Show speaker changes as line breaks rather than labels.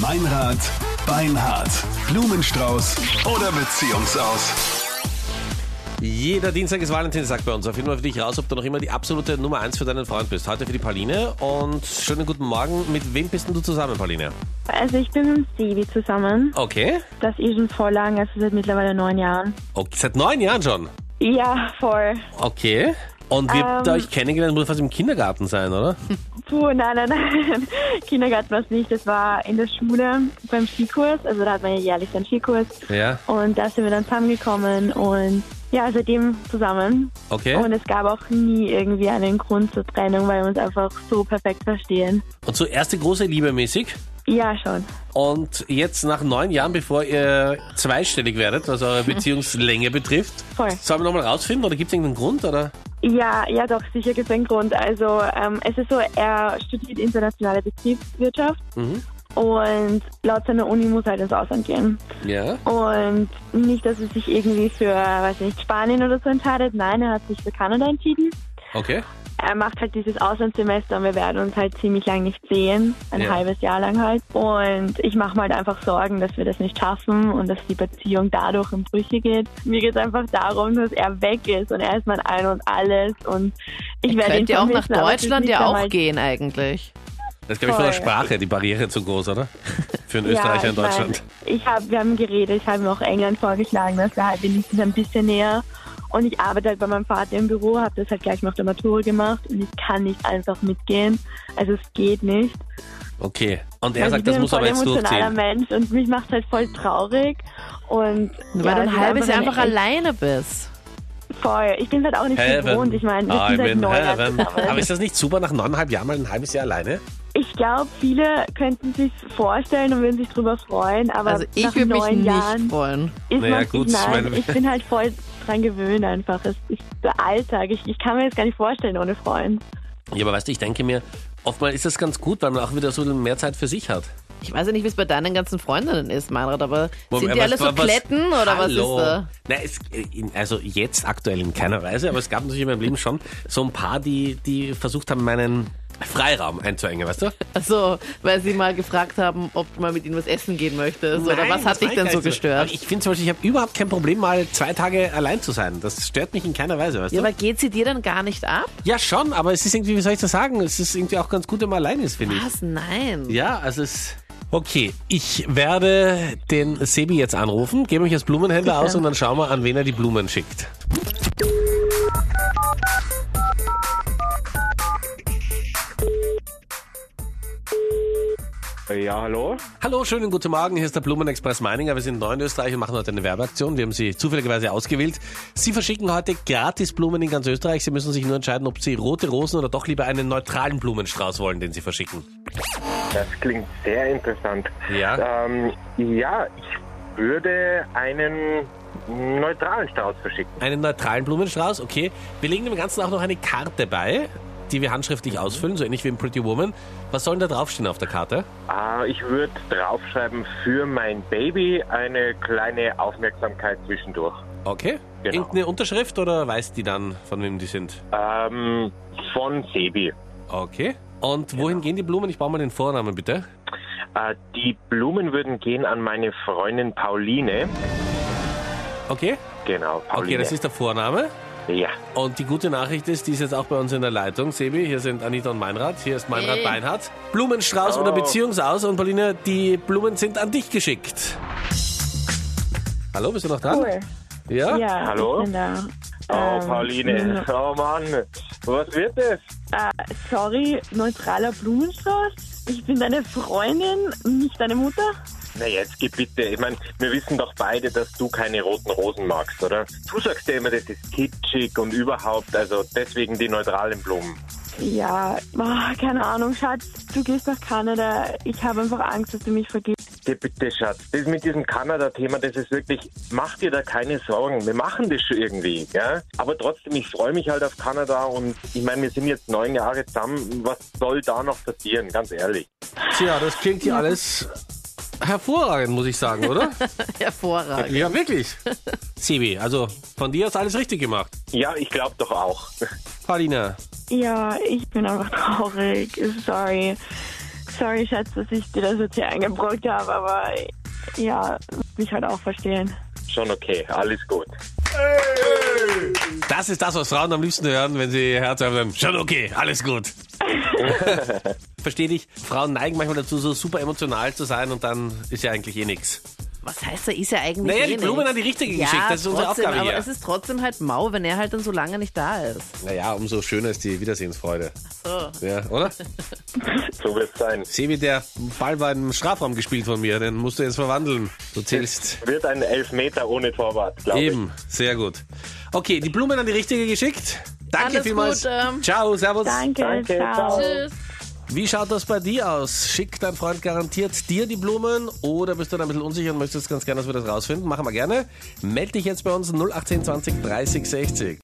Meinrad, Beinhard, Blumenstrauß oder Beziehungsaus.
Jeder Dienstag ist Valentinstag bei uns. Auf jeden Fall für dich raus, ob du noch immer die absolute Nummer 1 für deinen Freund bist. Heute für die Pauline und schönen guten Morgen. Mit wem bist denn du zusammen, Pauline?
Also ich bin mit dem Stevie zusammen.
Okay.
Das ist schon voll lang, also seit mittlerweile neun Jahren.
okay. Seit neun Jahren schon.
Ja, voll.
Okay. Und wir habt ihr
Ähm.
euch kennengelernt, muss fast im Kindergarten sein, oder?
Puh, nein, nein, nein. Kindergarten war es nicht. Das war in der Schule beim Skikurs. Also da hat man ja jährlich seinen Skikurs.
Ja.
Und da sind wir dann zusammengekommen und ja, seitdem zusammen.
Okay.
Und es gab auch nie irgendwie einen Grund zur Trennung, weil wir uns einfach so perfekt verstehen.
Und so erste große Liebe mäßig.
Ja, schon.
Und jetzt nach neun Jahren, bevor ihr zweistellig werdet, was eure Beziehungslänge betrifft,
Voll.
sollen wir nochmal rausfinden oder gibt es irgendeinen Grund? Oder?
Ja, ja doch, sicher gibt es einen Grund. Also ähm, es ist so, er studiert internationale Betriebswirtschaft
Mhm.
und laut seiner Uni muss er halt ins Ausland gehen.
Ja.
Und nicht, dass er sich irgendwie für, weiß nicht, Spanien oder so entscheidet. Nein, er hat sich für Kanada entschieden.
Okay.
Er macht halt dieses Auslandssemester und wir werden uns halt ziemlich lang nicht sehen, ein
Ja.
halbes Jahr lang halt. Und ich mache mir halt einfach Sorgen, dass wir das nicht schaffen und dass die Beziehung dadurch in Brüche geht. Mir geht es einfach darum, dass er weg ist und er ist mein Ein und Alles und ich werde ihn
Könnt ihr auch nach
vermissen, aber es ist
Deutschland
nicht
ja auch
einmal-
gehen eigentlich.
Das ist, glaube ich, von der
Voll.
Sprache die Barriere zu groß, oder? Für einen
Ja,
Österreicher in
ich mein,
Deutschland.
Ich hab, wir haben geredet, ich habe ihm auch England vorgeschlagen, dass wir halt wenigstens ein bisschen näher. Und ich arbeite halt bei meinem Vater im Büro, habe das halt gleich nach der Matura gemacht und ich kann nicht einfach mitgehen. Also es geht nicht.
Okay. Und er
Also
sagt, das muss
Ich
aber
bin ein
jetzt
voll emotionaler
durchziehen.
Mensch und mich macht halt voll traurig. Und
Weil du ein halbes Jahr einfach
allein.
alleine bist.
Voll. Ich bin halt auch nicht gewohnt. Ich meine, wir sind seit
Heaven,
neun Jahren
Ah, heaven. Aber
zusammen.
ist das nicht super, nach neuneinhalb Jahren mal ein halbes Jahr alleine?
Ich glaube, viele könnten sich vorstellen und würden sich drüber freuen, aber
Also ich
nach
würde mich
neun
nicht
Jahren
wollen.
ist
Naja,
man
gut,
ich,
ich
nein,
meine-
ich bin halt voll dran gewöhnt einfach. Es ist der Alltag. Ich, ich kann mir das gar nicht vorstellen ohne Freund.
Ja, aber weißt du, ich denke mir, oftmals ist das ganz gut, weil man auch wieder so mehr Zeit für sich hat.
Ich weiß ja nicht, wie es bei deinen ganzen Freundinnen ist, Meinrad, aber sind
Moment,
die alle so
was- was-
Kletten oder
Hallo.
was ist
Na, es, in- also jetzt aktuell in keiner Weise, aber es gab natürlich in meinem Leben schon so ein paar, die, die versucht haben, meinen Freiraum einzuengen, weißt du?
da? Also, weil sie mal gefragt haben, ob du mal mit ihnen was essen gehen möchtest oder
Nein,
was
das
hat dich
meine
denn
ich
so
gar nicht
gestört?
Aber ich finde zum Beispiel, ich habe überhaupt kein Problem, mal zwei Tage allein zu sein. Das stört mich in keiner Weise, weißt
ja,
du?
aber geht sie dir dann gar nicht ab?
Ja, schon, aber es ist irgendwie, wie soll ich das sagen? Es ist irgendwie auch ganz gut, wenn man allein ist, finde ich.
Was? Nein.
Ja, also es ist. Okay, ich werde den Sebi jetzt anrufen, gebe mich als Blumenhändler aus und dann schauen wir, an wen er die Blumen schickt.
Ja, hallo?
Hallo, schönen guten Morgen. Hier ist der Blumenexpress Meininger. Wir sind neu in Österreich und machen heute eine Werbeaktion. Wir haben Sie zufälligerweise ausgewählt. Sie verschicken heute gratis Blumen in ganz Österreich. Sie müssen sich nur entscheiden, ob Sie rote Rosen oder doch lieber einen neutralen Blumenstrauß wollen, den Sie verschicken.
Das klingt sehr interessant.
Ja.
Ähm, ja, ich würde einen neutralen Strauß verschicken.
Einen neutralen Blumenstrauß, okay. Wir legen dem Ganzen auch noch eine Karte bei, die wir handschriftlich ausfüllen, so ähnlich wie in Pretty Woman. Was soll denn da draufstehen auf der Karte?
Äh, ich würde draufschreiben, für mein Baby eine kleine Aufmerksamkeit zwischendurch.
Okay.
Genau.
Irgendeine Unterschrift oder weiß die dann, von wem die sind?
Ähm, von Sebi.
Okay. Und wohin gehen die Blumen? Ich brauche mal den Vornamen, bitte.
Äh, die Blumen würden gehen an meine Freundin Pauline.
Okay.
Genau,
Okay,
Pauline.
das ist der Vorname.
ja.
Und die gute Nachricht ist, die ist jetzt auch bei uns in der Leitung. Sebi, hier sind Anita und Meinrad. Hier ist Meinrad
Hey.
Beinhardt. Blumenstrauß
Oh.
oder Beziehungsaus. Und Pauline, die Blumen sind an dich geschickt. Hallo, bist du noch dran?
Cool.
Ja?
Ja,
Hallo?
Ich bin da.
Oh,
Ähm,
Pauline. Oh, Mann. Was wird das?
Äh, sorry, neutraler Blumenstrauß. Ich bin deine Freundin, nicht deine Mutter.
Na jetzt gib bitte, ich meine, wir wissen doch beide, dass du keine roten Rosen magst, oder? Du sagst ja immer, das ist kitschig und überhaupt, also deswegen die neutralen Blumen.
Ja, boah, Ah, keine Ahnung, Schatz. Du gehst nach Kanada. Ich habe einfach Angst, dass du mich vergisst.
Geh bitte, Schatz, das mit diesem Kanada-Thema, das ist wirklich, mach dir da keine Sorgen, wir machen das schon irgendwie, ja? Aber trotzdem, ich freue mich halt auf Kanada und ich meine, wir sind jetzt neun Jahre zusammen, was soll da noch passieren, ganz ehrlich?
Tja, das klingt hier alles hervorragend, muss ich sagen, oder?
Hervorragend.
ja, wirklich. Sebi, also von dir hast du alles richtig gemacht.
Ja, ich glaube doch auch.
Paulina,
Ja, ich bin einfach traurig. Sorry. Sorry, Schatz, dass ich dir das jetzt hier eingebrockt habe, aber ja, mich halt auch verstehen.
Schon okay, alles gut.
Das ist das, was Frauen am liebsten hören, wenn sie ihr Herz öffnen. Schon okay, alles gut. Verstehe dich, Frauen neigen manchmal dazu, so super emotional zu sein und dann ist ja eigentlich eh nix.
Was heißt, da ist ja eigentlich.
Naja, die
eh
Blumen
nichts.
an die Richtige
ja,
geschickt, das ist unsere
trotzdem,
Aufgabe
aber
hier.
es ist trotzdem halt mau, wenn er halt dann so lange nicht da ist.
Naja, umso schöner ist die Wiedersehensfreude.
So.
Ja, oder?
So wird's sein.
Sebi, der Ball war im Strafraum gespielt von mir, den musst du jetzt verwandeln. Du zählst.
Wird ein Elfmeter ohne Torwart, glaube ich.
Eben, sehr gut. Okay, die Blumen an die Richtige geschickt. Danke
Alles
vielmals.
Gute.
Ciao, servus.
Danke,
Danke,
ciao.
ciao.
Tschüss.
Wie schaut das bei dir aus? Schickt dein Freund garantiert dir die Blumen oder bist du da ein bisschen unsicher und möchtest ganz gerne, dass wir das rausfinden? Machen wir gerne. Meld dich jetzt bei uns 01820 30 60.